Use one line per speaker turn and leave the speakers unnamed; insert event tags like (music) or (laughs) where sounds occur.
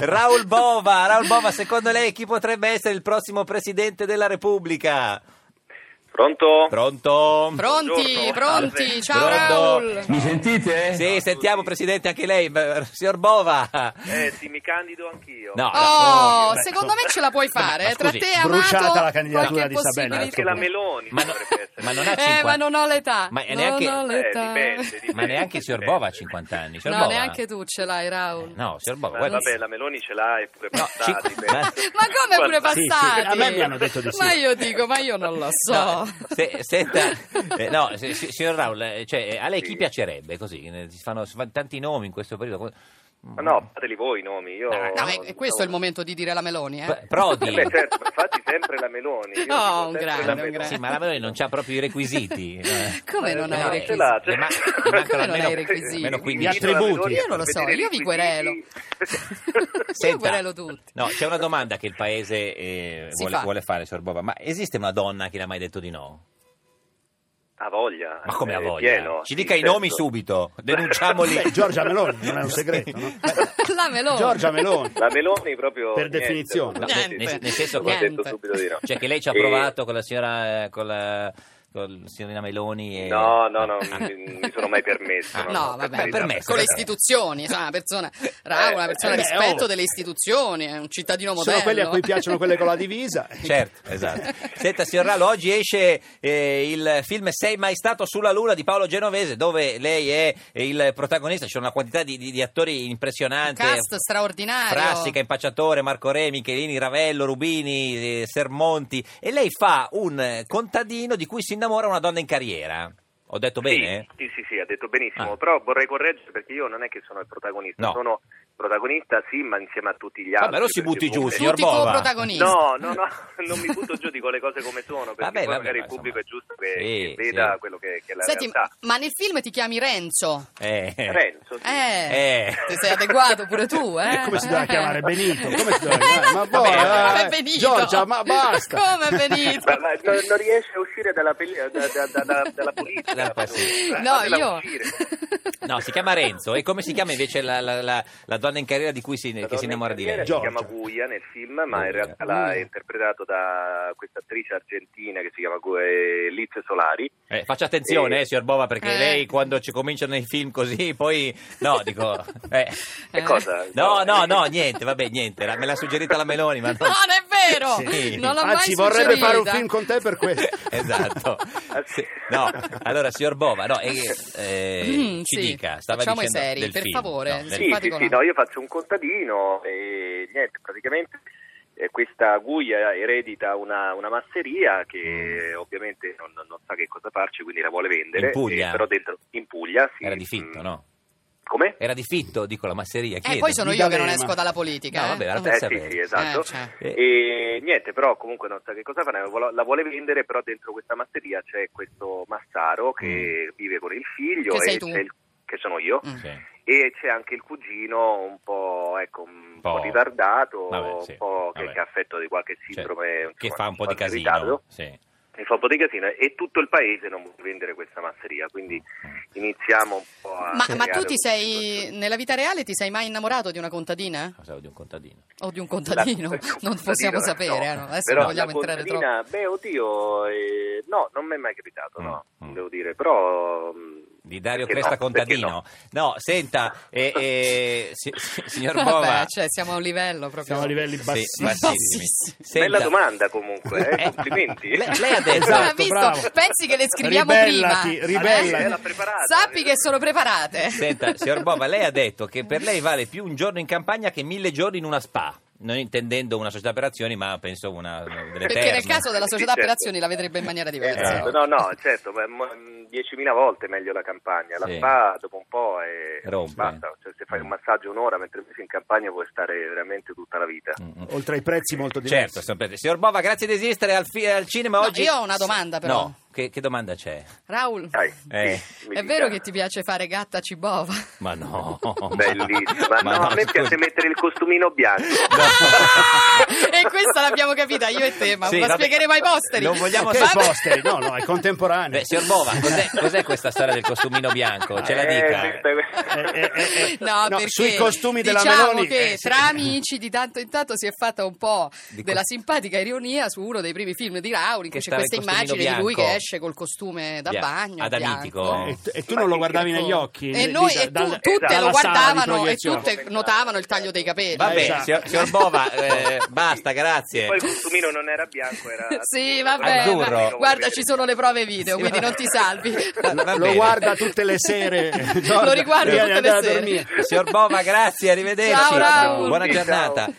Raul Bova, Raul Bova, secondo lei chi potrebbe essere il prossimo presidente della Repubblica?
Pronto?
Pronto?
Buongiorno.
Pronti, pronti, ciao
Pronto?
Raul.
Mi sentite?
Sì, sentiamo Presidente anche lei, beh, signor Bova.
Eh sì, mi candido anch'io.
No,
Oh,
Beh,
secondo me ce la puoi fare, eh, tra
scusi,
te e Amato.
bruciata la candidatura
qualche
di Isabella, eh,
possibilità.
Anche la Meloni
Ma no-
potrebbe essere.
ma non ha-
Eh,
50.
ma non ho l'età.
Ma è
non
neanche-
ho
Eh,
l'età.
dipende, dipende,
ma neanche il signor
dipende.
Bova ha 50 anni. signor
(laughs) No,
Bova.
neanche Eh, tu ce l'hai, Raul.
No, signor Bova,
Ma
guarda.
vabbè, la Meloni ce l'ha e pure
No,
passati,
ci-
penso.
ma-
(laughs) Ma come pure
Guarda,
sì,
passati?
a me mi hanno detto di sì.
Ma io dico, ma io non lo so.
No, se-
(laughs)
senta, eh, no, se- se- signor Raul, eh, cioè, eh, a lei chi
Sì.
piacerebbe così? Eh, Si fanno, si fanno tanti nomi in questo periodo.
Ma no, fateli voi i nomi. Io
No,
No, beh, questo è il momento di dire la Meloni, eh.
P- Prodi.
Eh beh, certo, infatti sempre la Meloni. Io
Oh,
dico
un
sempre
grande,
la
un
Meloni.
grande.
Sì, ma la Meloni non ha proprio i requisiti. eh.
(laughs) Come
Eh,
non
no,
hai
no,
ce
i requisiti?
l'ha, ce
Le ma-
l'ha.
le mancano
Come (laughs) non hai
almeno-
i requisiti?
almeno
Quindi
15
Gli attributi.
minuti.
Io non lo so, io vi querelo.
Senta,
Io
(laughs)
querelo tutti.
No, c'è una domanda che il paese eh,
Si
vuole,
fa.
vuole fare, signor Bova. Ma esiste una donna che le ha mai detto di no?
Ha voglia.
Ma come
eh,
ha voglia?
pieno,
Ci
sì,
dica i
certo.
nomi subito,
(laughs)
denunciamoli.
Beh, Giorgia Meloni, non è un segreto,
(laughs)
no?
la Meloni.
Giorgia Meloni.
La Meloni proprio...
Per
niente,
definizione.
No,
proprio
nel-
niente.
nel senso
L'ho
che-
detto subito di no.
Cioè che lei ci ha
E-
provato con la signora eh, con la, con la signorina Meloni e... Ah,
No, no, no, non mi mi sono mai permesso.
Ah, No,
per
vabbè,
carità.
per me.
con le istituzioni, insomma, una persona, Raul, una persona
Eh, beh,
rispetto
oh.
delle istituzioni, è un cittadino modello.
Sono quelli a cui piacciono quelle con la divisa.
(laughs)
Certo,
(laughs)
esatto. (laughs) Senta, signor Rallo, oggi esce eh, il film Sei mai stato sulla Luna di Paolo Genovese, dove lei è il protagonista. C'è una quantità di, di- di attori
Un
impressionante.
(laughs) cast straordinario.
Frassica, Impacciatore, Marco Re, Michelini, Ravello, Rubini, eh, Sermonti. E lei fa un eh, contadino di cui si innamora una donna in carriera. Ho detto bene?
Sì, sì, sì, sì, ha detto benissimo,
Ah.
però vorrei correggere perché io non è che sono il protagonista,
No.
sono protagonista sì, ma insieme a tutti gli altri.
Vabbè, lo si
perché
butti giù,
comunque-
signor
Tutti
Bova.
co-protagonisti.
No, no, no, non mi butto giù, dico le cose come sono, perché
Vabbè,
poi
vabbè,
magari il
ma
pubblico è
insomma,
giusto che,
sì,
che veda
sì.
quello che, che è la
Senti,
realtà.
ma nel film ti chiami Renzo.
Eh.
Renzo, sì.
Eh,
Eh.
ti sei adeguato pure
(laughs)
tu, eh?
Come si doveva
Eh.
chiamare Benito? Come si doveva chiamare?
(laughs)
Ma
Vabbè,
boh,
come
eh,
Benito.
Giorgia, ma
(laughs)
basta.
Come Benito?
Ma- ma non, non riesce a uscire dalla, peli- da- da- da- da- dalla politica.
Dal passato.
Eh,
No,
fatela
io...
uscire.
No, si chiama Renzo. E come si chiama invece la, la- la- la donna in carriera di cui si,
La
Eh, che si
donna in
innamora di
carriera
lei?
Si
Giorgia.
chiama Guglia nel film, ma in
Guglia.
realtà l'ha interpretato da questa attrice argentina che si chiama Gu- eh, Liz Solari.
Eh, faccia attenzione,
Eh.
eh, signor Bova, perché
Eh.
lei quando ci cominciano i film così, poi no, dico. eh.
Che cosa?
No, no, no, niente, vabbè, niente. la- me l'ha suggerita la Meloni, ma no.
No, non è vero!
Sì.
Non l'ho
Anzi,
mai
vorrebbe fare un
suggerita.
film con te
(laughs)
per questo.
Esatto.
Ah, sì.
Sì, No, allora, signor Bova, no, eh, eh,
Mm,
ci
sì.
dica, stava
Facciamo i
dicendo
seri,
del
per
film,
favore,
no, del-
Sì, sì,
simpatico
sì,
no.
no, io faccio un contadino e niente, praticamente eh, questa guglia eredita una, una masseria
Mm.
che ovviamente non, non sa che cosa farci, quindi la vuole vendere.
In Puglia?
eh, però dentro, in Puglia, sì. mm.
Era di fitto, no?
Come?
Era di fitto, dico la masseria.
Eh,
chiedo.
poi sono
Di
io che non
D'Alema.
esco dalla politica.
No,
eh.
vabbè, la
Ah.
terza-
Eh sì, sì,
sapere.
esatto.
Eh, cioè.
E niente, però comunque non sa che cosa fare, vuole- la vuole vendere, però dentro questa masseria c'è questo Massaro che vive con il figlio
Mm. Che
e
sei tu.
c'è il- che sono io.
Mm.
Sì.
e c'è anche il cugino un po', ecco, un
Po'.
po' ritardato,
Vabbè, sì.
un po' che,
Vabbè.
che è affetto di qualche
Cioè,
sindrome insomma,
che fa un po' di
qualche
casino.
ritardo.
Sì.
che fa un po' di casino e tutto il paese non vuole vendere questa masseria, quindi
Mm.
iniziamo un po' a
Ma, ma
creare
tu ti
un-
sei, nella vita reale ti sei mai innamorato di una contadina?
Cosa di un contadino?
O di un
La- (laughs)
contadino? Non
contadina,
possiamo
no.
sapere, eh, no? adesso
Però
non vogliamo
la
entrare troppo.
contadina, Beh, oddio, eh, no, non mi è mai capitato, no,
Mm, mm.
devo dire, però... mm, mh,
Di Dario
perché
Cresta
no,
Contadino.
perché no?
No. senta, eh, eh, si- si- signor Bova.
Vabbè, cioè, siamo a un livello proprio.
Siamo a
(laughs)
livelli
Sì,
bassissimi.
bassissimi. Senta-
Bella domanda comunque, eh,
(laughs) Eh,
complimenti.
Lei, lei ha detto...
Non ha
Esatto,
visto?
bravo.
Pensi che le scriviamo
Ribellati,
prima?
ribellati.
Eh, l'ha preparata.
Sappi che sono preparate.
Senta, signor Bova, lei ha detto che per lei vale più un giorno in campagna che mille giorni in una spa. Non intendendo una società per azioni, ma penso una delle
Perché nel
terme.
caso della società
Sì,
per
certo.
azioni la vedrebbe in maniera diversa.
Eh.
Esatto, no, no, certo, ma- ma- 10.000 volte meglio la campagna. La
Sì.
spa dopo un po' è
Rompe. Mm.
basta, cioè, se fai un massaggio un'ora, mentre invece in campagna puoi stare veramente tutta la vita.
Mm, mm.
Oltre ai prezzi molto diversi.
Certo, signor Presidente. Signor Bova, grazie di esistere al, fi- al cinema
No,
oggi.
io ho una domanda, però.
No, Che, che domanda c'è?
Raul,
Dai,
Eh.
sì, mi
è
dica.
vero che ti piace fare gatta cibova?
Ma no.
Bellissima,
Ma
no, a me
scusi.
piace mettere il costumino
(laughs)
bianco.
(laughs) e questa l'abbiamo capita io e te, ma
Sì,
la
vabbè.
spiegheremo ai posteri.
Non vogliamo
Che
sapere-
Vabbè.
posteri? No, no, è contemporaneo.
Beh, signor Bova, cos'è, cos'è questa storia del costumino bianco? Ce la
Eh,
dica.
questa-
No, perché
sui costumi della
diciamo
Meloni
che
eh, sì.
tra amici di tanto in tanto si è fatta un po'
Di
della
cos-
simpatica ironia su uno dei primi film di Raul in
Che
cui c'è
stava il
questa
costumino
immagine di lui
bianco.
che esce col costume da
Bia-
bagno
adamitico.
bianco.
e, tu- e tu non lo guardavi negli occhi?
Oh. e
Lisa,
noi e tu-
dal-
tutte lo
dalla sala di
guardavano e
proiezione.
tutte notavano il taglio dei capelli
Va bene,
Esatto.
signor, signor Bova, eh, basta,
Poi
grazie.
il costumino non era bianco, era
(laughs) sì vabbè
Azzurro.
ma guarda ci sono le prove video
Sì,
quindi
va-
non ti salvi
Va- va
Lo
bene.
guarda tutte le sere. Giorgia,
riguarda
prima di
tutte le
andare a
sere.
dormire.
Signor Bova, grazie, arrivederci.
Ciao, Raul.
Buona
Sì,
giornata.
ciao.